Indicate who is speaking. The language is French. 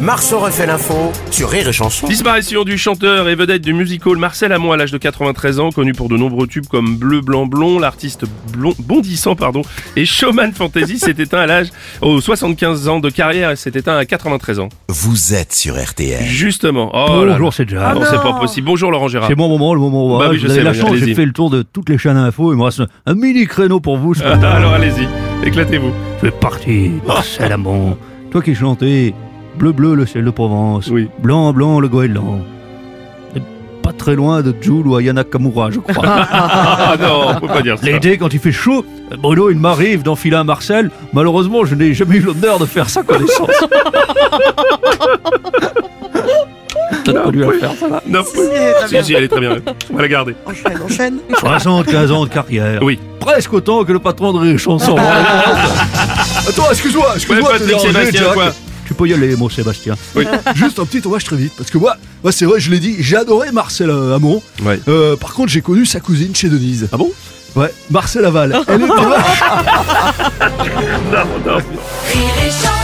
Speaker 1: Marceau refait l'info sur Rire et Chanson.
Speaker 2: Disparition du chanteur et vedette du musical Marcel Amont à l'âge de 93 ans, connu pour de nombreux tubes comme Bleu Blanc Blond, l'artiste blond- bondissant pardon, et Showman Fantasy s'est éteint à l'âge aux 75 ans de carrière et s'est éteint à 93 ans.
Speaker 3: Vous êtes sur RTL.
Speaker 2: Justement. Oh là là.
Speaker 4: Bonjour, c'est Jack.
Speaker 2: Ah non, c'est pas possible. Bonjour Laurent Gérard.
Speaker 4: C'est mon moment, le moment où
Speaker 2: Bah
Speaker 4: ah,
Speaker 2: oui,
Speaker 4: vous
Speaker 2: je
Speaker 4: avez
Speaker 2: sais,
Speaker 4: la
Speaker 2: oui,
Speaker 4: chance,
Speaker 2: allez-y.
Speaker 4: j'ai fait le tour de toutes les chaînes à info, il me reste un mini créneau pour vous. ce
Speaker 2: Ah,
Speaker 4: matin.
Speaker 2: Alors allez-y, éclatez-vous.
Speaker 4: C'est parti, Marcel Amont. Toi qui chantais Bleu bleu le ciel de Provence,
Speaker 2: Oui.
Speaker 4: Blanc blanc le goéland. Et Pas très loin de Jules ou Ayana Kamura, je crois.
Speaker 2: Ah non, faut pas dire ça.
Speaker 4: L'été, quand il fait chaud, Bruno, il m'arrive d'enfiler un Marcel. Malheureusement, je n'ai jamais eu l'honneur de faire sa connaissance. T'as pas dû la faire.
Speaker 2: Non. Si, si, elle est très bien. On va la garder.
Speaker 4: 75 ans de carrière.
Speaker 2: Oui.
Speaker 4: Presque autant que le patron de Rire et Chanson.
Speaker 3: Attends, Euh, excuse-moi,
Speaker 2: Ouais,
Speaker 3: excuse-moi, de te
Speaker 2: Patrick
Speaker 3: déranger,
Speaker 2: Sébastien,
Speaker 3: Jack.
Speaker 2: quoi.
Speaker 4: Tu peux y aller, mon Sébastien.
Speaker 2: Euh.
Speaker 3: Juste un petit hommage très vite, parce que moi, moi, c'est vrai, je l'ai dit, j'ai adoré Marcel euh, Hamon.
Speaker 2: Ouais.
Speaker 3: Euh, par contre, j'ai connu sa cousine chez Denise. Ah bon Ouais, Marcel Aval. Elle est
Speaker 5: Rire et chanson